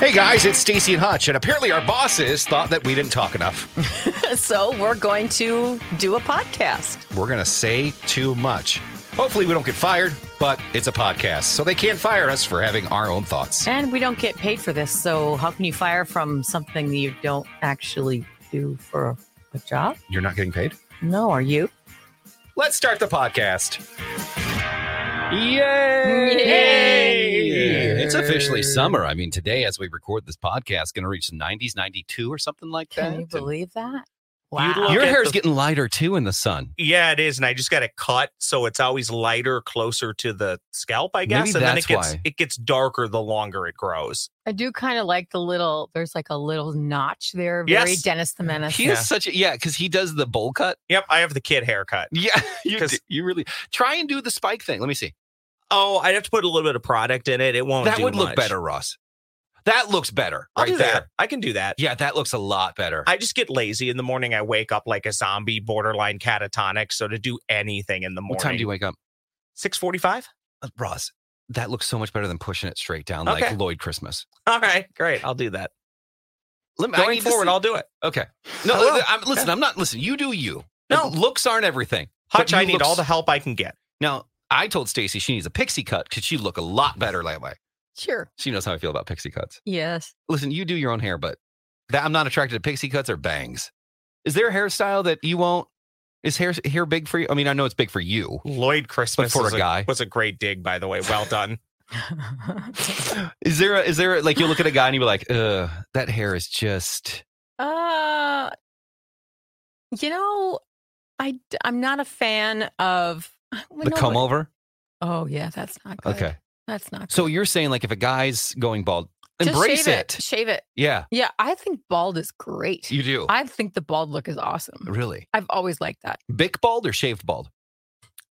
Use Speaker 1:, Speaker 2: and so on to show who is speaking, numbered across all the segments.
Speaker 1: Hey guys, it's Stacy and Hutch, and apparently our bosses thought that we didn't talk enough.
Speaker 2: So we're going to do a podcast.
Speaker 1: We're gonna say too much. Hopefully, we don't get fired, but it's a podcast, so they can't fire us for having our own thoughts.
Speaker 2: And we don't get paid for this. So how can you fire from something that you don't actually do for a job?
Speaker 1: You're not getting paid?
Speaker 2: No, are you?
Speaker 1: Let's start the podcast.
Speaker 2: Yay!
Speaker 3: It's officially summer. I mean, today, as we record this podcast, going to reach the 90s, 92 or something like that.
Speaker 2: Can you believe that?
Speaker 4: You'd look
Speaker 3: Your
Speaker 4: at
Speaker 3: hair's
Speaker 4: the-
Speaker 3: getting lighter too in the sun.
Speaker 4: Yeah, it is, and I just got it cut, so it's always lighter closer to the scalp, I
Speaker 3: Maybe
Speaker 4: guess. and then
Speaker 3: that's
Speaker 4: it gets
Speaker 3: why.
Speaker 4: it gets darker the longer it grows.
Speaker 2: I do kind of like the little, there's like a little notch there. Very
Speaker 4: Yes.
Speaker 2: Dennis the Menace.
Speaker 3: He
Speaker 4: Yeah.
Speaker 3: is such a, yeah, because he does the bowl cut.
Speaker 4: Yep, I have the kid haircut.
Speaker 3: Yeah, you,
Speaker 4: 'Cause-
Speaker 3: d- you really try and do the spike thing. Let me see.
Speaker 4: Oh, I'd have to put a little bit of product in it. It won't.
Speaker 3: that
Speaker 4: do
Speaker 3: would
Speaker 4: much.
Speaker 3: look better, Ross. That looks better
Speaker 4: I'll
Speaker 3: right
Speaker 4: do
Speaker 3: there.
Speaker 4: that. I can do that.
Speaker 3: Yeah, that looks a lot better.
Speaker 4: I just get lazy in the morning. I wake up like a zombie, borderline catatonic. So to do anything in the morning,
Speaker 3: what time do you wake up?
Speaker 4: Six forty-five.
Speaker 3: Uh, Ross, that looks so much better than pushing it straight down
Speaker 4: Okay.
Speaker 3: like Lloyd Christmas.
Speaker 4: All right, great. I'll do that.
Speaker 3: Let me, I
Speaker 4: Going
Speaker 3: need to
Speaker 4: forward,
Speaker 3: see-
Speaker 4: I'll do it.
Speaker 3: okay. No,
Speaker 4: I will.
Speaker 3: I'm, listen, I'm not, listen, you do you.
Speaker 4: No.
Speaker 3: looks aren't everything. But
Speaker 4: Hutch, I
Speaker 3: you
Speaker 4: need
Speaker 3: look
Speaker 4: all
Speaker 3: s-
Speaker 4: the help I can get.
Speaker 3: Now, I told Stacy she needs a pixie cut because she look a lot better that way.
Speaker 2: Sure.
Speaker 3: She knows how I feel about pixie cuts.
Speaker 2: Yes.
Speaker 3: Listen, you do your own hair, but that I'm not attracted to pixie cuts or bangs. Is there a hairstyle that you won't? Is hair hair big for you? I mean, I know it's big for you.
Speaker 4: Lloyd Christmas
Speaker 3: for
Speaker 4: is
Speaker 3: a guy.
Speaker 4: was a great dig, by the way. Well done.
Speaker 3: Is there a, is there a, like you look at a guy and you be like, uh, that hair is just
Speaker 2: Uh, you know, I d- I'm not a fan of
Speaker 3: the come over?
Speaker 2: Oh yeah, that's not good.
Speaker 3: Okay,
Speaker 2: that's not. Good.
Speaker 3: so you're saying like if a guy's going bald,
Speaker 2: Just
Speaker 3: embrace
Speaker 2: shave
Speaker 3: it.
Speaker 2: Shave it.
Speaker 3: Yeah,
Speaker 2: Yeah, I think bald is great.
Speaker 3: you do.
Speaker 2: I think the bald look is awesome.
Speaker 3: really,
Speaker 2: I've always liked that.
Speaker 3: bick bald or shaved bald?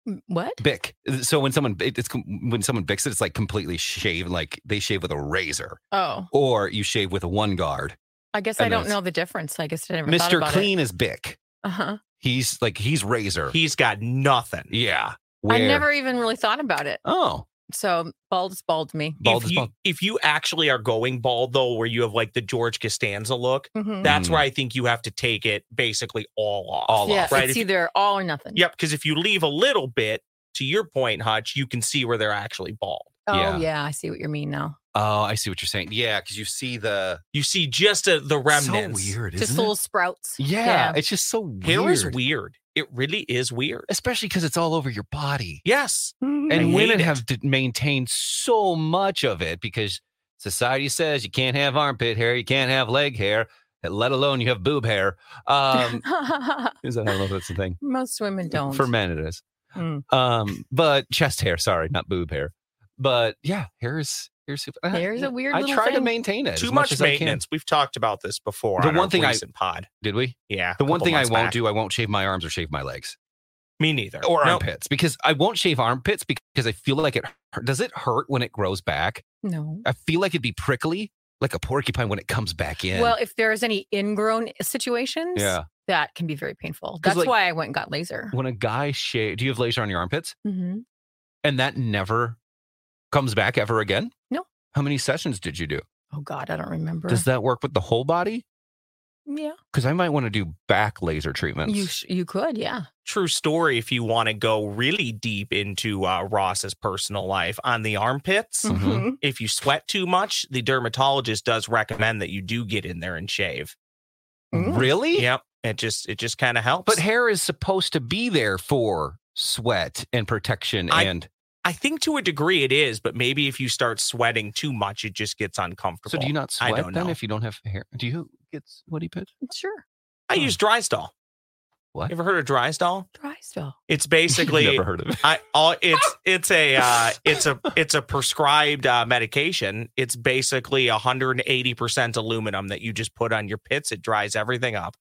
Speaker 2: M- What?
Speaker 3: Bick. So when someone it- it's com- when someone bicks it, it's like completely shaved, like they shave with a razor,
Speaker 2: Oh,
Speaker 3: or you shave with a one guard.
Speaker 2: I guess I
Speaker 3: And
Speaker 2: don't
Speaker 3: it's-
Speaker 2: know the difference. I guess I never thought
Speaker 3: Mister
Speaker 2: about
Speaker 3: Clean is Bick.
Speaker 2: Uh huh.
Speaker 3: He's like he's razor.
Speaker 4: He's got nothing.
Speaker 3: yeah.
Speaker 2: I
Speaker 3: Where-
Speaker 2: never even really thought about it.
Speaker 3: Oh,
Speaker 2: So bald is bald to me.
Speaker 3: bald
Speaker 4: if
Speaker 3: is
Speaker 4: you,
Speaker 3: bald.
Speaker 4: If you actually are going bald though, where you have like the George Costanza look,
Speaker 2: Mhm.
Speaker 4: that's
Speaker 3: Mm.
Speaker 4: where I think you have to take it basically all off.
Speaker 3: All
Speaker 2: yeah,
Speaker 3: off,
Speaker 4: right?
Speaker 2: it's
Speaker 4: If you-
Speaker 2: either all or nothing.
Speaker 4: Yep, because if you leave a little bit, to your point, Hutch, you can see where they're actually bald.
Speaker 2: Oh
Speaker 3: Yeah.
Speaker 2: yeah, I see what you mean now.
Speaker 3: Oh, I see what you're saying. Yeah, because you see the
Speaker 4: You see just a, the remnants.
Speaker 3: So weird,
Speaker 2: Just
Speaker 3: isn't
Speaker 2: little
Speaker 3: it?
Speaker 2: sprouts.
Speaker 3: Yeah,
Speaker 2: yeah.
Speaker 3: it's just so weird.
Speaker 4: Hair is weird. It really is weird.
Speaker 3: especially because it's all over your body.
Speaker 4: Yes. I
Speaker 3: And women
Speaker 4: hate it.
Speaker 3: have d- maintained so much of it because society says you can't have armpit hair, you can't have leg hair, let alone you have boob hair. Um, is that, I don't know if that's the thing.
Speaker 2: Most women don't.
Speaker 3: For men, it is.
Speaker 2: Mm.
Speaker 3: Um, but chest hair, sorry, not boob hair. But yeah, hair is hair super. I-
Speaker 2: Hair's a weird
Speaker 3: I
Speaker 2: little
Speaker 3: try to
Speaker 2: thing.
Speaker 3: maintain it.
Speaker 4: Too
Speaker 3: as
Speaker 4: much,
Speaker 3: as I can.
Speaker 4: maintenance. We've talked about this before.
Speaker 3: The
Speaker 4: on
Speaker 3: one
Speaker 4: our
Speaker 3: thing I-
Speaker 4: recent pod.
Speaker 3: Did we?
Speaker 4: Yeah.
Speaker 3: The
Speaker 4: a
Speaker 3: one
Speaker 4: couple
Speaker 3: thing I
Speaker 4: months
Speaker 3: won't
Speaker 4: back.
Speaker 3: do, I won't shave my arms or shave my legs
Speaker 4: Me neither.
Speaker 3: or
Speaker 4: Nope.
Speaker 3: armpits because I won't shave armpits because I feel like it hurt. Does it hurt when it grows back?
Speaker 2: No.
Speaker 3: I feel like it'd be prickly, like a porcupine when it comes back in.
Speaker 2: Well, if there's any ingrown situations,
Speaker 3: yeah.
Speaker 2: that can be very painful.
Speaker 3: 'Cause,
Speaker 2: That's
Speaker 3: like-
Speaker 2: why I went and got laser.
Speaker 3: When a guy shave, do you have laser on your armpits?
Speaker 2: hmm
Speaker 3: And that never comes back ever again.
Speaker 2: No.
Speaker 3: How many sessions did you do?
Speaker 2: Oh God, I don't remember.
Speaker 3: Does that work with the whole body?
Speaker 2: yeah,
Speaker 3: Because I might want to do back laser treatments.
Speaker 2: you sh- you could, yeah.
Speaker 4: true story if you want to go really deep into uh, Ross's personal life on the armpits.
Speaker 3: Mhm.
Speaker 2: Mhm.
Speaker 4: If you sweat too much, the dermatologist does recommend that you do get in there and shave.
Speaker 3: Mm-hmm.
Speaker 2: Mm.
Speaker 3: really?
Speaker 4: Yep. It just it just kind of helps.
Speaker 3: But hair is supposed to be there for sweat and protection
Speaker 4: I-
Speaker 3: and
Speaker 4: I think to a degree it is, but maybe if you start sweating too much, it just gets uncomfortable.
Speaker 3: So do you not
Speaker 4: I
Speaker 3: sweat
Speaker 4: don't
Speaker 3: then
Speaker 4: know.
Speaker 3: if you don't have hair? Do you get sweaty pits?
Speaker 2: Sure.
Speaker 4: I use dry stall.
Speaker 3: Mm. What?
Speaker 4: You ever heard of Drysdall?
Speaker 2: Dry still.
Speaker 4: It's basically
Speaker 3: Never heard of it.
Speaker 4: I all it's it's a uh, it's a it's a prescribed uh, medication. It's basically 180% aluminum that you just put on your pits. It dries everything up.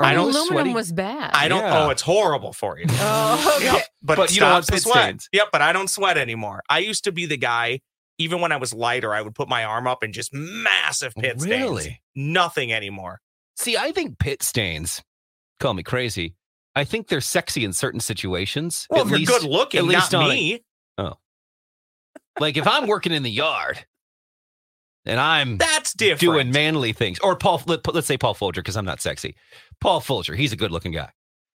Speaker 4: I don't
Speaker 2: aluminum
Speaker 3: sweaty-
Speaker 2: was bad.
Speaker 4: I don't.
Speaker 3: Yeah.
Speaker 4: Oh, it's horrible for you.
Speaker 2: Oh, okay.
Speaker 4: Yep, but,
Speaker 3: But
Speaker 4: it
Speaker 3: you don't have
Speaker 4: stops the
Speaker 3: pit
Speaker 4: sweat.
Speaker 3: stains.
Speaker 4: Yep, but I don't sweat anymore. I used to be the guy. Even when I was lighter, I would put my arm up and just massive pit stains.
Speaker 3: Really?
Speaker 4: Nothing anymore.
Speaker 3: See, I think pit stains. Call me crazy. I think they're sexy in certain situations.
Speaker 4: Well,
Speaker 3: at
Speaker 4: if you're
Speaker 3: least,
Speaker 4: good looking,
Speaker 3: at least
Speaker 4: not
Speaker 3: on a-
Speaker 4: me.
Speaker 3: like if I'm working in the yard and I'm
Speaker 4: That's different.
Speaker 3: doing manly things, or Paul, let, let's say Paul Folger, because I'm not sexy. Paul Folger, he's a good looking guy.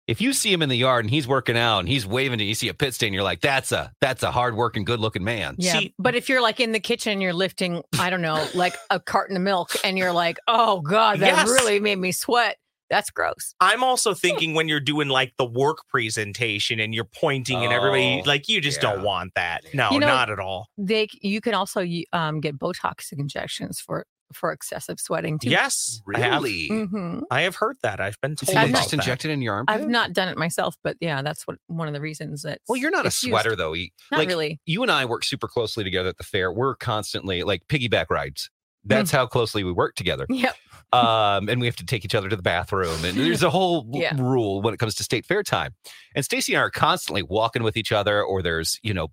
Speaker 3: If you see him in the yard and he's working out and he's waving and you see a pit stain, you're like, that's a that's a hard working, good looking man.
Speaker 2: Yeah,
Speaker 4: See-
Speaker 2: but if you're like in the kitchen and you're lifting, I don't know, like a carton of milk, and you're like, "Oh God, that
Speaker 4: Yes.
Speaker 2: really made me sweat." That's gross.
Speaker 4: I'm also thinking when you're doing like the work presentation and you're pointing and everybody
Speaker 3: Oh,
Speaker 4: like you just
Speaker 3: yeah.
Speaker 4: don't want that. No,
Speaker 2: You know-
Speaker 4: not at all.
Speaker 2: They, you can also y- um, get Botox injections for for excessive sweating too.
Speaker 4: Yes, I have.
Speaker 3: Really?
Speaker 2: hmm
Speaker 4: I have heard that. I've been
Speaker 3: So
Speaker 4: told
Speaker 3: you
Speaker 2: I've
Speaker 4: about
Speaker 3: just
Speaker 4: that.
Speaker 3: injected in your armpit.
Speaker 2: I've not done it myself, but yeah, that's what one of the reasons that.
Speaker 3: well, you're not a
Speaker 2: it's used.
Speaker 3: sweater though. E-
Speaker 2: Not
Speaker 3: like,
Speaker 2: really.
Speaker 3: you and I work super closely together at the fair. We're constantly like piggyback rides. That's
Speaker 2: Mm.
Speaker 3: how closely we work together.
Speaker 2: Yep.
Speaker 3: Um, and we have to take each other to the bathroom. And there's a whole
Speaker 2: Yeah.
Speaker 3: rule when it comes to state fair time. And Stacy and I are constantly walking with each other, or there's, you know,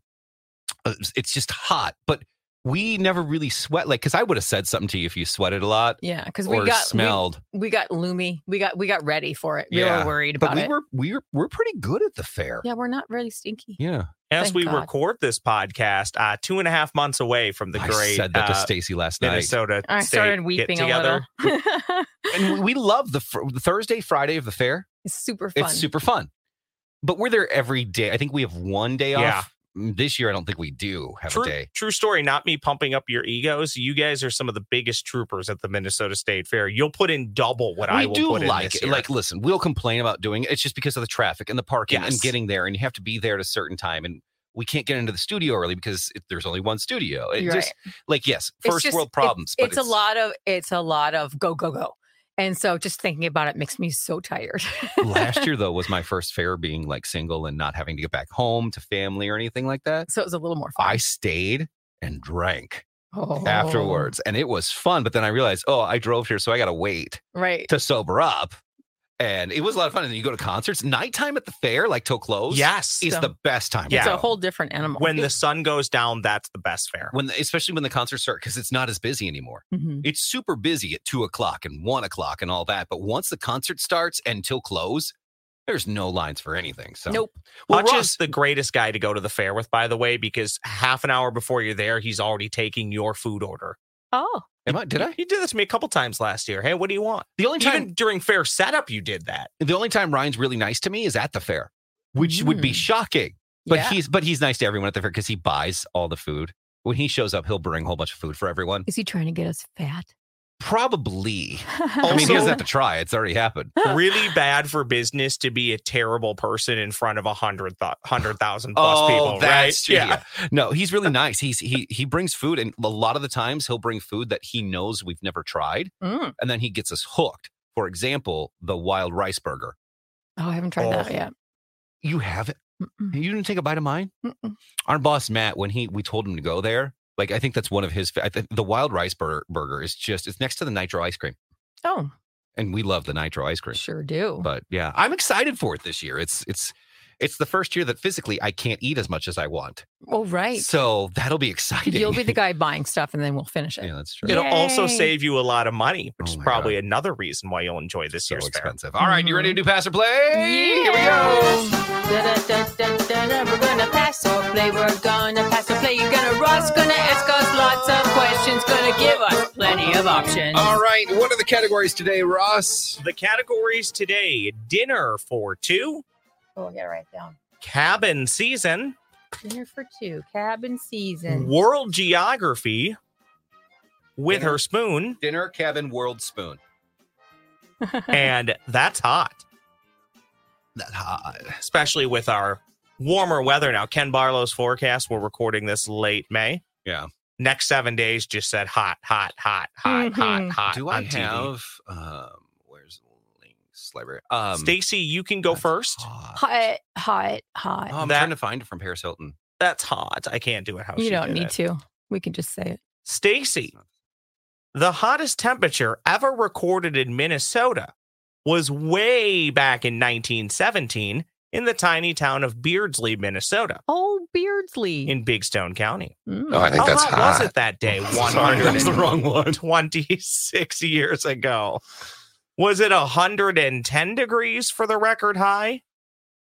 Speaker 3: uh, it's just hot, but we never really sweat. Like, cause I would have said something to you if you sweated a lot
Speaker 2: Yeah, because we
Speaker 3: or
Speaker 2: got we,
Speaker 3: smelled.
Speaker 2: we got loomy. We got we got ready for it. We
Speaker 3: Yeah,
Speaker 2: were worried
Speaker 3: but
Speaker 2: about
Speaker 3: we
Speaker 2: it.
Speaker 3: were, we were, we're pretty good at the fair.
Speaker 2: yeah, we're not really stinky.
Speaker 3: Yeah.
Speaker 4: As
Speaker 2: Thank
Speaker 4: we
Speaker 2: God.
Speaker 4: record this podcast, uh, two and a half months away from the
Speaker 3: I
Speaker 4: great
Speaker 3: said that to
Speaker 4: uh,
Speaker 3: Stacy last night.
Speaker 4: Minnesota.
Speaker 2: I
Speaker 4: State
Speaker 2: started weeping a little.
Speaker 4: get-together.
Speaker 3: and we love the, fr- the Thursday, Friday of the fair.
Speaker 2: it's super fun.
Speaker 3: It's super fun. But we're there every day. I think we have one day
Speaker 4: Yeah.
Speaker 3: off. Mm, This year, I don't think we do have a
Speaker 4: True,
Speaker 3: day.
Speaker 4: true story. Not me pumping up your egos. You guys are some of the biggest troopers at the Minnesota State Fair. You'll put in double what I
Speaker 3: we
Speaker 4: will
Speaker 3: do
Speaker 4: put in
Speaker 3: like
Speaker 4: this
Speaker 3: it.
Speaker 4: year.
Speaker 3: Like, listen, we'll complain about doing it. It's just because of the traffic and the parking and
Speaker 4: Yes.
Speaker 3: getting there, and you have to be there at a certain time. And we can't get into the studio early because it, there's only one studio. It
Speaker 2: You're
Speaker 3: just like yes,
Speaker 2: It's
Speaker 3: first
Speaker 2: just-
Speaker 3: world
Speaker 2: it-
Speaker 3: problems. but
Speaker 2: it's, a lot of it's a lot of go go go, and so just thinking about it makes me so tired.
Speaker 3: last year though was my first fair being like single and not having to get back home to family or anything like that.
Speaker 2: so it was a little more
Speaker 3: I
Speaker 2: fun Oh.
Speaker 3: stayed and drank afterwards, and it was fun. But then I realized, oh, I drove here, so I got to wait.
Speaker 2: Oh, right?
Speaker 3: to sober up. And it was a lot of fun. And then you go to concerts. Nighttime at the fair, like till close,
Speaker 4: yes,
Speaker 3: is
Speaker 2: So-
Speaker 3: the best time. to
Speaker 4: Yeah.
Speaker 2: It's
Speaker 3: go.
Speaker 2: a whole different animal.
Speaker 4: when the sun goes down, that's the best fair.
Speaker 3: when the- especially when the concerts start because it's not as busy anymore.
Speaker 2: Mhm.
Speaker 3: It's super busy at two o'clock and one o'clock and all that. But once the concert starts and till close, there's no lines for anything. So
Speaker 2: Nope.
Speaker 3: Well,
Speaker 4: Hutch
Speaker 3: Ross,
Speaker 4: is the greatest guy to go to the fair with, by the way, because half an hour before you're there, he's already taking your food order.
Speaker 2: oh
Speaker 3: am I? Did I?
Speaker 4: He did this to me a couple times last year. Hey, what do you want?
Speaker 3: The only time
Speaker 4: Even during fair setup, you did that.
Speaker 3: the only time Ryan's really nice to me is at the fair, which would be
Speaker 2: Mm.
Speaker 3: shocking. But
Speaker 2: yeah.
Speaker 3: he's but he's nice to everyone at the fair because he buys all the food. When he shows up, he'll bring a whole bunch of food for everyone.
Speaker 2: is he trying to get us fat?
Speaker 3: Probably. I mean, he
Speaker 4: Also-
Speaker 3: doesn't have to try. It's already happened.
Speaker 4: really bad for business to be a terrible person in front of a hundred hundred thousand plus
Speaker 2: Oh,
Speaker 4: people, right?
Speaker 3: Oh, true, No, he's really nice. He's he he brings food, and a lot of the times he'll bring food that he knows we've never tried,
Speaker 2: Mm.
Speaker 3: and then he gets us hooked. For example, the wild rice burger.
Speaker 2: Oh, I haven't tried
Speaker 4: Oh.
Speaker 2: that yet.
Speaker 3: You haven't.
Speaker 2: Mm-mm.
Speaker 3: You didn't take a bite of mine.
Speaker 2: Mm-mm.
Speaker 3: Our boss Matt, when he we told him to go there, like I think that's one of his. fa- I think the wild rice burger, burger is just it's next to the nitro ice cream,
Speaker 2: Oh,
Speaker 3: and we love the nitro ice cream.
Speaker 2: sure do.
Speaker 3: But yeah, I'm excited for it this year. It's it's it's the first year that physically I can't eat as much as I want.
Speaker 2: oh, right.
Speaker 3: So that'll be exciting.
Speaker 2: You'll be the guy buying stuff, and then we'll finish it.
Speaker 3: yeah, that's true.
Speaker 4: It'll also
Speaker 2: Yay.
Speaker 4: save you a lot of money, which
Speaker 3: Oh
Speaker 4: is
Speaker 3: my
Speaker 4: probably another reason why you'll enjoy this
Speaker 3: so
Speaker 4: year's fair.
Speaker 3: expensive. All right, you ready to do pass or play? Here we go.
Speaker 2: Da-da-da-da-da-da, We're gonna pass or play. We're gonna pass or play. You're gonna Ross gonna ask us lots of questions. Gonna give us plenty of options.
Speaker 3: All right, what are the categories today, Ross?
Speaker 4: The categories today dinner for two,
Speaker 2: Oh, I gotta write down.
Speaker 4: cabin season,
Speaker 2: Dinner for two. Cabin season.
Speaker 4: world geography with
Speaker 3: Dinner.
Speaker 4: her spoon,
Speaker 3: Dinner, cabin, world spoon.
Speaker 2: Uh-huh.
Speaker 4: and that's hot,
Speaker 3: That hot.
Speaker 4: especially with our warmer weather now. Ken Barlow's forecast, we're recording this late May.
Speaker 3: Yeah.
Speaker 4: Next seven days just said hot, hot, hot, hot, hot,
Speaker 2: Mhm.
Speaker 4: hot.
Speaker 3: Do I
Speaker 4: on TV.
Speaker 3: have um where's the link? this library. Um,
Speaker 4: Stacy, you can go
Speaker 3: that's
Speaker 4: first.
Speaker 3: hot.
Speaker 2: Hot, hot, hot.
Speaker 3: Oh, I'm
Speaker 4: That-
Speaker 3: trying to find it from Paris Hilton.
Speaker 4: That's hot. I can't do it. How
Speaker 2: you
Speaker 4: she
Speaker 2: don't
Speaker 4: did
Speaker 2: need
Speaker 4: it.
Speaker 2: to. We can just say it.
Speaker 4: Stacy, the hottest temperature ever recorded in Minnesota was way back in 1917 in the tiny town of Beardsley, Minnesota,
Speaker 2: Oh, Beardsley.
Speaker 4: in Big Stone County.
Speaker 2: Mm.
Speaker 1: Oh, I think
Speaker 4: How
Speaker 1: that's
Speaker 4: hot,
Speaker 1: hot.
Speaker 4: was it that day?
Speaker 3: Sorry, that was the wrong one.
Speaker 4: 126 years ago. Was it 110 degrees for the record high?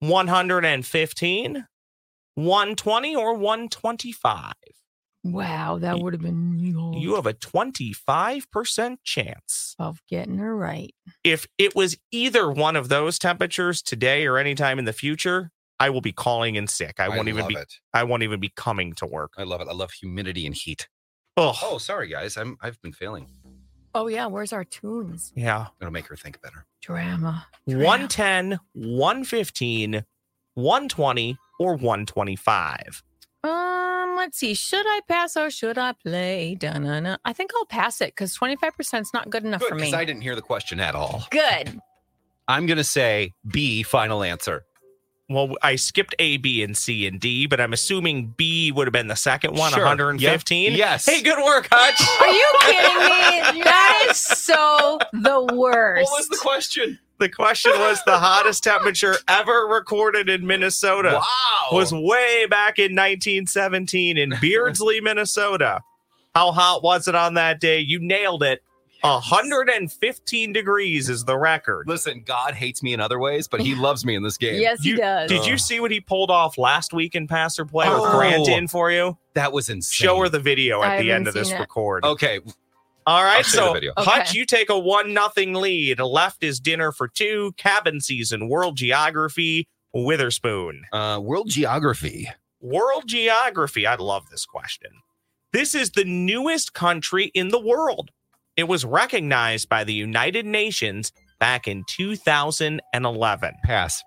Speaker 4: 115? 120 or 125?
Speaker 2: wow, that would have been
Speaker 4: You have a 25% chance.
Speaker 2: of getting her right.
Speaker 4: If it was either one of those temperatures today or anytime in the future, I will be calling in sick. I, won't even
Speaker 3: love
Speaker 4: be
Speaker 3: It.
Speaker 4: I won't even be coming to work.
Speaker 3: I love it. I love humidity and heat.
Speaker 4: Oh,
Speaker 3: Oh, sorry guys. I'm I've been failing.
Speaker 2: Oh yeah, where's our tunes?
Speaker 4: yeah.
Speaker 3: It'll make her think better.
Speaker 2: Drama.
Speaker 4: 110, 115, 120 or 125.
Speaker 2: Um, let's see. Should I pass or should I play? Dun-dun-dun. I think I'll pass it because twenty five percent is not good enough
Speaker 3: Good,
Speaker 2: for
Speaker 3: because
Speaker 2: me.
Speaker 3: I didn't hear the question at all.
Speaker 2: Good.
Speaker 3: I'm gonna say B. Final answer.
Speaker 4: Well, I skipped A, B, and C and D, but I'm assuming B would have been the second one,
Speaker 3: Sure.
Speaker 4: 115.
Speaker 3: Yep. Yes.
Speaker 4: Hey, good work, Hutch.
Speaker 2: Are you kidding me? That is so the worst.
Speaker 3: question?
Speaker 4: the question was the hottest temperature ever recorded in Minnesota
Speaker 3: Wow.
Speaker 4: was
Speaker 3: Oh.
Speaker 4: way back in 1917 in Beardsley, Minnesota. How hot was it on that day? You nailed it. 115 degrees is the record.
Speaker 3: Listen, God hates me in other ways, but he loves me in this game.
Speaker 2: yes, he
Speaker 4: You-
Speaker 2: does.
Speaker 4: Did you see what he pulled off last week in Passer Play
Speaker 3: Oh.
Speaker 4: or Grant in for you?
Speaker 3: That was insane.
Speaker 4: Show her the video
Speaker 2: I
Speaker 4: at the
Speaker 2: haven't
Speaker 4: end of this
Speaker 2: seen it.
Speaker 4: record.
Speaker 3: Okay.
Speaker 4: All
Speaker 3: I'll
Speaker 4: right,
Speaker 3: show you the
Speaker 4: so
Speaker 3: video.
Speaker 2: Okay.
Speaker 4: Hutch, you take a one nothing lead. Left is dinner for two. Cabin season, world geography, Witherspoon.
Speaker 3: Uh, world geography.
Speaker 4: World geography. I love this question. This is the newest country in the world. It was recognized by the United Nations back in 2011.
Speaker 3: Pass.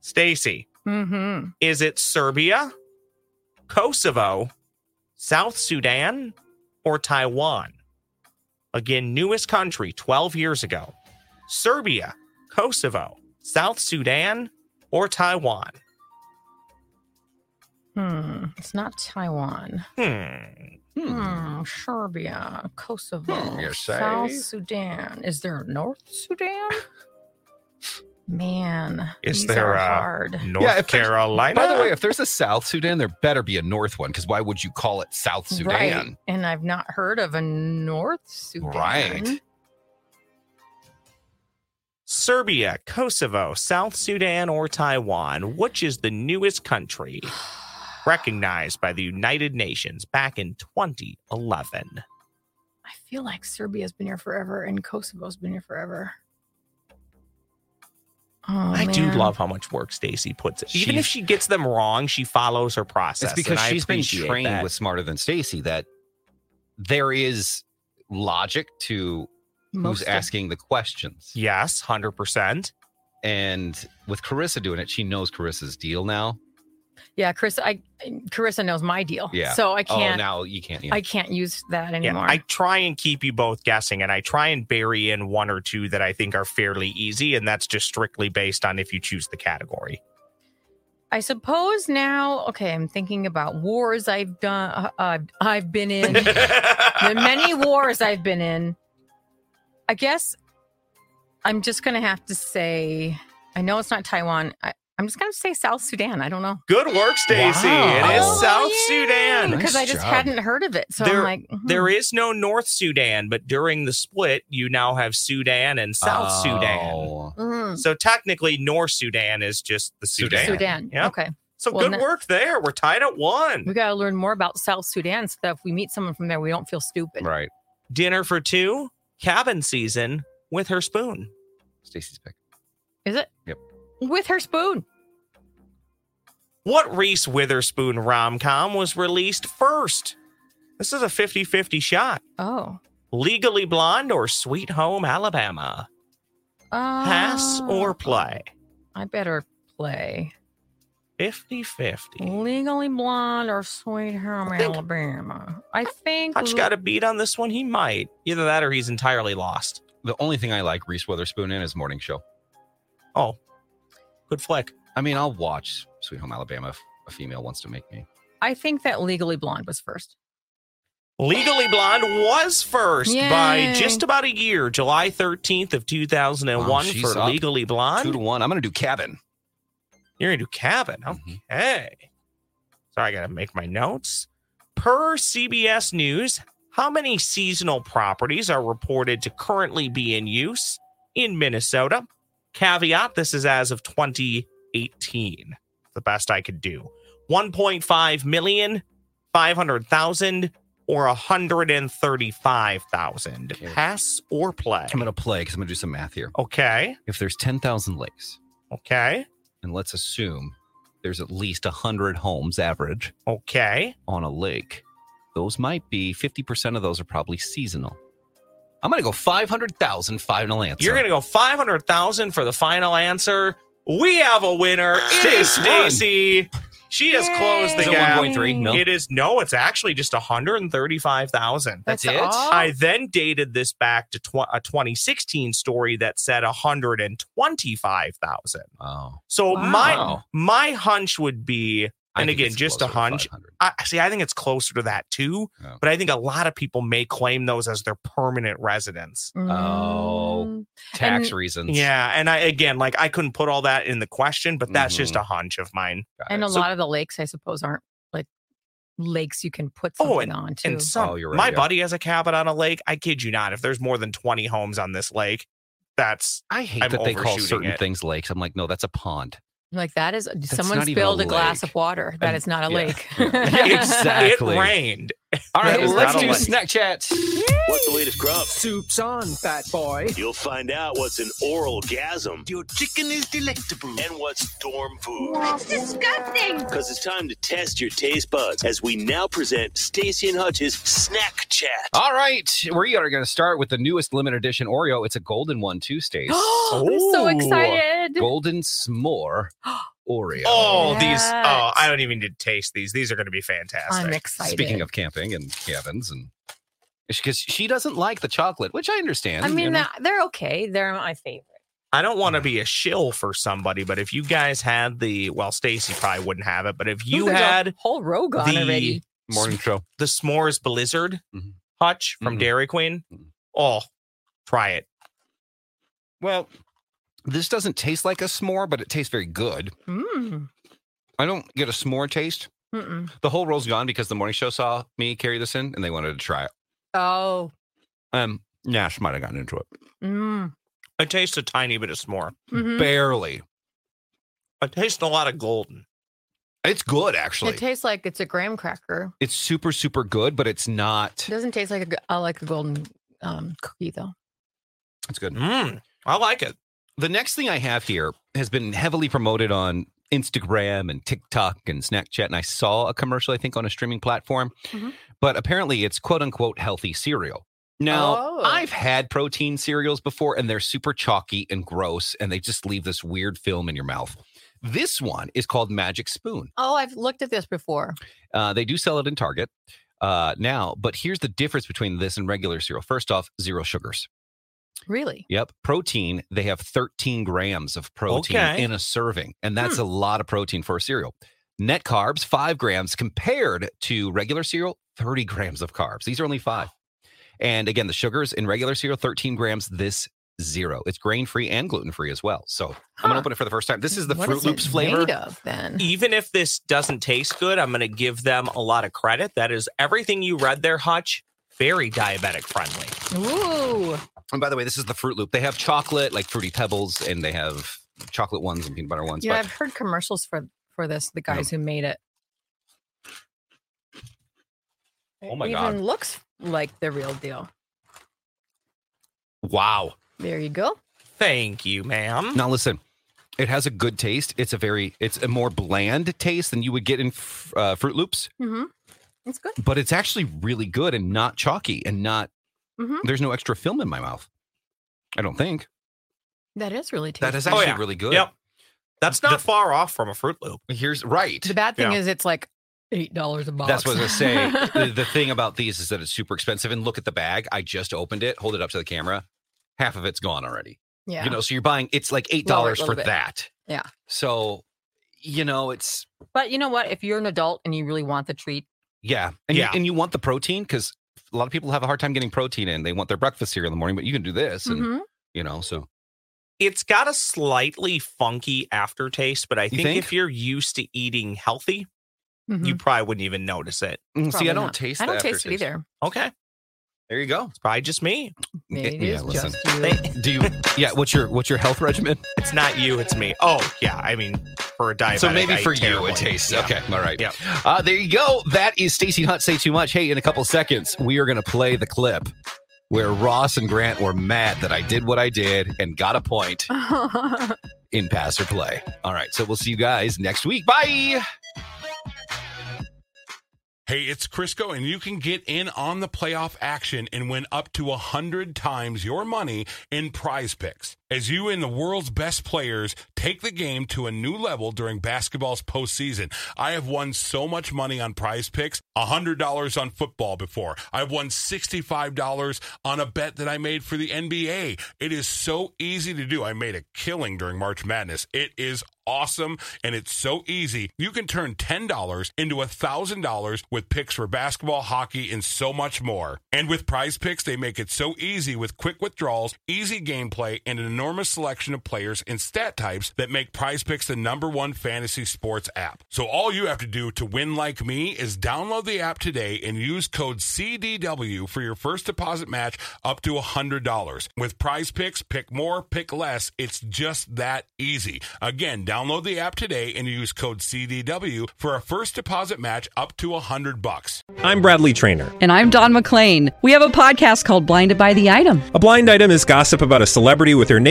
Speaker 4: Stacy,
Speaker 2: Mm-hmm.
Speaker 4: is it Serbia, Kosovo, South Sudan, or Taiwan? Again, newest country 12 years ago. Serbia, Kosovo, South Sudan, or Taiwan?
Speaker 2: Hmm. It's not Taiwan.
Speaker 4: Hmm.
Speaker 2: Hmm. Serbia, Kosovo,
Speaker 3: Hmm, you say?
Speaker 2: South Sudan. Is there a North Sudan? Man,
Speaker 4: Is
Speaker 2: these
Speaker 4: there
Speaker 2: are
Speaker 4: a-
Speaker 2: hard.
Speaker 4: North
Speaker 3: Yeah, if there's-
Speaker 4: Carolina.
Speaker 3: By the way, if there's a South Sudan, there better be a North one, because why would you call it South Sudan?
Speaker 2: Right. And I've not heard of a North Sudan.
Speaker 3: Right.
Speaker 4: Serbia, Kosovo, South Sudan, or Taiwan, which is the newest country recognized by the United Nations back in 2011?
Speaker 2: I feel like Serbia's been here forever and Kosovo's been here forever. Oh,
Speaker 4: I do
Speaker 2: man.
Speaker 4: love how much work Stacy puts. in. Even
Speaker 3: She's-
Speaker 4: if she gets them wrong, she follows her process.
Speaker 3: It's because
Speaker 4: and I
Speaker 3: she's been
Speaker 4: appreciate
Speaker 3: trained
Speaker 4: that.
Speaker 3: with smarter than Stacy that there is logic to
Speaker 2: Most
Speaker 3: who's
Speaker 2: of-
Speaker 3: asking the questions.
Speaker 4: Yes, 100%.
Speaker 3: And with Carissa doing it, she knows Carissa's deal now.
Speaker 2: Yeah, Chris. I Carissa knows my deal.
Speaker 3: Yeah.
Speaker 2: So I
Speaker 3: Oh,
Speaker 2: can't.
Speaker 3: now you can't.
Speaker 2: I can't use that
Speaker 4: Yeah,
Speaker 2: anymore.
Speaker 4: I try and keep you both guessing, and I try and bury in one or two that I think are fairly easy, and that's just strictly based on if you choose the category.
Speaker 2: I suppose now, okay, I'm thinking about wars I've done, uh, uh, I've been in, the many wars I've been in. I guess I'm just going to have to say, I know it's not Taiwan. I, I'm just going to say South Sudan. I don't know.
Speaker 4: Good work, Stacy.
Speaker 3: Wow.
Speaker 4: It is
Speaker 3: Oh,
Speaker 4: South Sudan.
Speaker 2: Because I
Speaker 3: Nice
Speaker 2: just
Speaker 3: job.
Speaker 2: hadn't heard of it. So
Speaker 4: There-
Speaker 2: I'm like, mhm.
Speaker 4: There is no North Sudan, but during the split, you now have Sudan and South Sudan.
Speaker 3: Oh.
Speaker 2: Mm,
Speaker 4: So technically, North Sudan is just the Sudan.
Speaker 3: Sudan.
Speaker 2: Sudan.
Speaker 4: Yeah.
Speaker 2: Okay.
Speaker 4: So
Speaker 2: Well,
Speaker 4: good
Speaker 2: no- Hmm.
Speaker 4: work there. We're tied at
Speaker 2: We
Speaker 4: one.
Speaker 2: got to learn more about South Sudan so that if we meet someone from there, we don't feel stupid.
Speaker 3: Right.
Speaker 4: Dinner for two, cabin season with her spoon.
Speaker 3: Stacy's pick.
Speaker 2: Is it?
Speaker 3: Yep.
Speaker 2: With her spoon.
Speaker 4: What Reese Witherspoon rom com was released first? This is a 50 50 shot.
Speaker 2: Oh.
Speaker 4: Legally Blonde or Sweet Home Alabama?
Speaker 2: Uh,
Speaker 4: Pass or play?
Speaker 2: I better play.
Speaker 4: 50 50.
Speaker 2: Legally Blonde or Sweet Home
Speaker 4: I think-
Speaker 2: Alabama? I think
Speaker 4: Hutch got a beat on this one. He might. Either that or he's entirely lost.
Speaker 3: the only thing I like Reese Witherspoon in is Morning Show.
Speaker 4: Oh, good flick.
Speaker 3: I mean, I'll watch Sweet Home Alabama if a female wants to make me.
Speaker 2: I think that Legally Blonde was first.
Speaker 4: Legally Blonde was first by
Speaker 2: Yay.
Speaker 4: just about a year, July 13th of 2001
Speaker 3: Wow, she's
Speaker 4: for
Speaker 3: up.
Speaker 4: Legally
Speaker 3: Two to
Speaker 4: Blonde.
Speaker 3: one. I'm going to do Cabin.
Speaker 4: You're going to do Cabin. Okay.
Speaker 3: Mhm.
Speaker 4: Sorry, I got to make my notes. Per CBS News, how many seasonal properties are reported to currently be in use in Minnesota? Caveat this is as of 2018, the best I could do. 1.5 million, 500,000, or 135,000.
Speaker 3: Okay.
Speaker 4: Pass or play?
Speaker 3: I'm going to play because I'm going to do some math here.
Speaker 4: Okay.
Speaker 3: If there's 10,000 lakes,
Speaker 4: Okay.
Speaker 3: and let's assume there's at least 100 homes average
Speaker 4: Okay.
Speaker 3: on a lake, those might be 50% of those are probably seasonal. I'm going to go 500,000 final answer.
Speaker 4: You're going to go 500,000 for the final answer. We have a winner. It is
Speaker 3: Stace won.
Speaker 4: Stacy. She has
Speaker 2: Yay.
Speaker 4: closed the
Speaker 3: Is it
Speaker 4: gap.
Speaker 3: 1.3? No.
Speaker 4: It is no, it's actually just 135,000.
Speaker 3: That's it?
Speaker 2: all?
Speaker 4: I then dated this back to tw- a 2016 story that said 125,000.
Speaker 3: Wow.
Speaker 4: So
Speaker 2: Wow.
Speaker 4: my my hunch would be
Speaker 3: I
Speaker 4: And
Speaker 3: think
Speaker 4: again,
Speaker 3: it's
Speaker 4: just a
Speaker 3: closer to
Speaker 4: hunch.
Speaker 3: 500.
Speaker 4: I see I think it's closer to that too,
Speaker 3: Yeah.
Speaker 4: but I think a lot of people may claim those as their permanent residence.
Speaker 3: Oh.
Speaker 2: Mm.
Speaker 3: Tax
Speaker 2: And-
Speaker 3: reasons.
Speaker 4: Yeah, and I again like I couldn't put all that in the question, but that's just
Speaker 3: Mhm.
Speaker 4: a hunch of mine.
Speaker 3: Got
Speaker 2: And
Speaker 3: it.
Speaker 2: a
Speaker 4: So-
Speaker 2: lot of the lakes, I suppose, aren't like lakes you can put something
Speaker 4: Oh,
Speaker 2: on too.
Speaker 4: And some
Speaker 3: Oh, you're right,
Speaker 4: my
Speaker 3: yeah.
Speaker 4: buddy has a cabin on a lake. I kid you not, if there's more than 20 homes on this lake, that's
Speaker 3: I hate
Speaker 4: I'm
Speaker 3: that they call
Speaker 4: overshooting
Speaker 3: certain
Speaker 4: it.
Speaker 3: things lakes. I'm like, no, that's a pond.
Speaker 2: like that is someone
Speaker 3: not even a
Speaker 2: spilled a, glass
Speaker 3: lake.
Speaker 2: of water. That
Speaker 3: And-
Speaker 2: is not a
Speaker 3: yeah,
Speaker 2: lake.
Speaker 3: yeah. Exactly.
Speaker 4: it rained.
Speaker 3: All right,
Speaker 2: That is
Speaker 3: let's
Speaker 4: not a
Speaker 3: do
Speaker 4: lake.
Speaker 3: snack chat.
Speaker 5: What's the latest grub?
Speaker 6: Soup's on, fat boy.
Speaker 5: You'll find out what's an oral gasm
Speaker 7: Your chicken is delectable.
Speaker 5: and what's dorm food. That's disgusting. Because it's time to test your taste buds as we now present Stacy and Hutch's Snack Chat.
Speaker 3: All right, we are going to start with the newest limited edition Oreo. It's a golden one, two stays.
Speaker 2: I'm so
Speaker 3: Oh,
Speaker 4: Ooh.
Speaker 2: excited.
Speaker 3: golden s'more Oreo.
Speaker 4: Oh, these
Speaker 2: Yes.
Speaker 4: oh, I don't even need to taste these. These are going to be fantastic.
Speaker 2: I'm excited.
Speaker 3: Speaking of camping and cabins, and because she doesn't like the chocolate, which I understand.
Speaker 2: I
Speaker 3: you
Speaker 2: mean,
Speaker 3: know.
Speaker 2: that- they're okay. They're my favorite.
Speaker 4: I don't want to be a shill for somebody, but if you guys had the well, Stacy probably wouldn't have it, but if you
Speaker 2: Ooh, there's a
Speaker 4: had
Speaker 2: whole rogue on
Speaker 4: the-
Speaker 2: already.
Speaker 3: morning show.
Speaker 4: the s'mores blizzard
Speaker 3: Mhm.
Speaker 4: hutch from
Speaker 3: Mhm.
Speaker 4: Dairy Queen,
Speaker 3: Mhm.
Speaker 4: oh, try it.
Speaker 3: Well, this doesn't taste like a s'more, but it tastes very good.
Speaker 2: Mm.
Speaker 3: I don't get a s'more taste.
Speaker 2: Mm-mm.
Speaker 3: The whole roll's gone because the morning show saw me carry this in and they wanted to try it.
Speaker 2: Oh.
Speaker 3: Um, Nash might have gotten into it.
Speaker 2: Mm.
Speaker 4: It tastes a tiny bit of s'more.
Speaker 2: Mhm.
Speaker 3: Barely.
Speaker 4: It tastes a lot of golden.
Speaker 3: It's good, actually.
Speaker 2: It tastes like it's a graham cracker.
Speaker 3: it's super, super good, but it's not.
Speaker 2: It doesn't taste like a g- uh, like a golden um, cookie though.
Speaker 3: It's good.
Speaker 4: Mm, I like it.
Speaker 3: The next thing I have here has been heavily promoted on Instagram and TikTok and Snapchat. And I saw a commercial, I think, on a streaming platform,
Speaker 2: Mhm.
Speaker 3: but apparently it's quote unquote healthy cereal. Now,
Speaker 2: Oh.
Speaker 3: I've had protein cereals before and they're super chalky and gross and they just leave this weird film in your mouth. This one is called Magic Spoon.
Speaker 2: Oh, I've looked at this before.
Speaker 3: Uh, they do sell it in Target uh, now, but here's the difference between this and regular cereal. First off, zero sugars.
Speaker 2: Really?
Speaker 3: Yep. Protein, they have 13 grams of protein
Speaker 4: Okay.
Speaker 3: in a serving, and that's
Speaker 2: Hmm.
Speaker 3: a lot of protein for a cereal. Net carbs, five grams compared to regular cereal, 30 grams of carbs. These are only five. And again, the sugars in regular cereal, 13 grams, this zero. It's grain free and gluten free as well. So I'm going
Speaker 2: Huh.
Speaker 3: to open it for the first time. This is the
Speaker 2: What
Speaker 3: Fruit Loops
Speaker 2: it
Speaker 3: flavor. E-
Speaker 2: Made of then.
Speaker 4: Even if this doesn't taste good, I'm going to give them a lot of credit. That is everything you read there, Hutch. Very diabetic friendly.
Speaker 2: Ooh.
Speaker 3: And by the way, this is the Fruit Loop. They have chocolate, like Fruity Pebbles, and they have chocolate ones and peanut butter ones.
Speaker 2: Yeah,
Speaker 3: but
Speaker 2: I've heard commercials for for this. The guys who made it.
Speaker 3: Oh my
Speaker 2: it
Speaker 3: God.
Speaker 2: Even looks like the real deal.
Speaker 3: wow.
Speaker 2: There you go.
Speaker 4: Thank you, ma'am.
Speaker 3: Now listen, it has a good taste. It's a very, it's a more bland taste than you would get in f- uh, Fruit Loops,
Speaker 2: Mm-hmm. It's good.
Speaker 3: but it's actually really good and not chalky and not.
Speaker 2: Mhm.
Speaker 3: There's no extra film in my mouth. I don't think
Speaker 2: That is really tasty.
Speaker 3: that is
Speaker 4: Oh,
Speaker 3: actually
Speaker 4: yeah.
Speaker 3: really good.
Speaker 4: Yep. That's not far off from a Fruit Loop.
Speaker 3: Here's right.
Speaker 2: the bad thing
Speaker 4: Yeah.
Speaker 2: is it's like eight dollars a box.
Speaker 3: That's what I was saying. the, the thing about these is that it's super expensive. And look at the bag. I just opened it. Hold it up to the camera. half of it's gone already.
Speaker 2: Yeah.
Speaker 3: You know, so you're buying it's like eight
Speaker 2: Lower,
Speaker 3: dollars for
Speaker 2: little bit.
Speaker 3: that.
Speaker 2: Yeah.
Speaker 3: So, you know, it's
Speaker 2: but you know what? If you're an adult and you really want the treat,
Speaker 3: yeah, and
Speaker 4: Yeah.
Speaker 3: You, and you want the protein because a lot of people have a hard time getting protein in. They want their breakfast cereal in the morning, but you can do this, and
Speaker 2: mhm.
Speaker 3: you know, so
Speaker 4: It's got a slightly funky aftertaste, but I think,
Speaker 3: think? Mm-hmm.
Speaker 4: if you're used to eating healthy,
Speaker 2: Mhm.
Speaker 4: you probably wouldn't even notice it.
Speaker 3: Mm, see,
Speaker 2: Probably
Speaker 3: I don't
Speaker 2: not.
Speaker 3: taste.
Speaker 2: I don't
Speaker 3: the
Speaker 2: taste it
Speaker 3: aftertaste.
Speaker 2: either.
Speaker 4: Okay.
Speaker 3: There you go.
Speaker 4: It's probably just me.
Speaker 2: Maybe it
Speaker 3: yeah,
Speaker 2: is
Speaker 3: listen.
Speaker 2: just you.
Speaker 4: Thank-
Speaker 3: Do you? Yeah. What's your What's your health regimen?
Speaker 4: It's not you, it's me. Oh, yeah. I mean, for a diabetic.
Speaker 3: So maybe
Speaker 4: I
Speaker 3: for
Speaker 4: eat
Speaker 3: you
Speaker 4: terribly.
Speaker 3: it tastes
Speaker 4: Yeah.
Speaker 3: okay. All right.
Speaker 4: Yeah.
Speaker 3: Uh, there you go. That is Stacy Hunt. Say too much. Hey, in a couple seconds, we are going to play the clip where Ross and Grant were mad that I did what I did and got a point in pass or play. All right. So we'll see you guys next week. Bye.
Speaker 8: Hey, it's Crisco, and you can get in on the playoff action and win up to 100 times your money in prize picks. As you and the world's best players take the game to a new level during basketball's postseason, I have won so much money on prize picks $100 on football before. I've won $65 on a bet that I made for the NBA. It is so easy to do. I made a killing during March Madness. It is awesome and it's so easy. You can turn $10 into $1,000 with picks for basketball, hockey, and so much more. And with prize picks, they make it so easy with quick withdrawals, easy gameplay, and an enormous selection of players and stat types that make prize picks the number one fantasy sports app. So all you have to do to win like me is download the app today and use code CDW for your first deposit match up to $100. With prize picks, pick more, pick less. It's just that easy. Again, download the app today and use code CDW for a first deposit match up to 100 bucks.
Speaker 9: I'm Bradley Trainer.
Speaker 10: And I'm Don McClain. We have a podcast called Blinded by the Item.
Speaker 9: A blind item is gossip about a celebrity with their name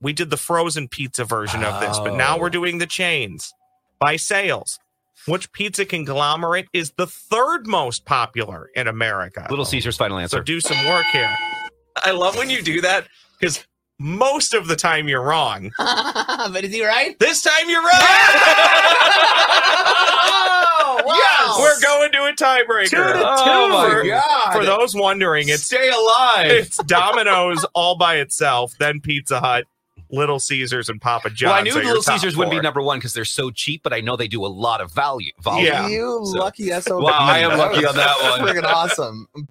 Speaker 4: We did the frozen pizza version of this, but now we're doing the chains. By sales, which pizza conglomerate is the third most popular in America?
Speaker 3: Little Caesar's final
Speaker 4: So
Speaker 3: answer.
Speaker 4: do some work here. I love when you do that because most of the time you're wrong.
Speaker 6: but is he right?
Speaker 4: This time you're right.
Speaker 6: Oh, wow.
Speaker 4: We're going to a tiebreaker.
Speaker 6: Two to two
Speaker 3: Oh my
Speaker 4: for,
Speaker 6: God.
Speaker 4: for those wondering, it's
Speaker 3: Stay alive.
Speaker 4: it's Domino's all by itself, then Pizza Hut, Little Caesars, and Papa John's.
Speaker 3: well, I knew
Speaker 4: are your
Speaker 3: Little
Speaker 4: top
Speaker 3: Caesars would would be
Speaker 4: four.
Speaker 3: number one because they're so cheap, but I know they do a lot of value. volume.
Speaker 4: Yeah.
Speaker 6: You
Speaker 3: So-
Speaker 6: lucky SOB.
Speaker 3: Wow, I am
Speaker 6: That
Speaker 3: lucky
Speaker 6: was
Speaker 3: on that one.
Speaker 6: Freaking awesome.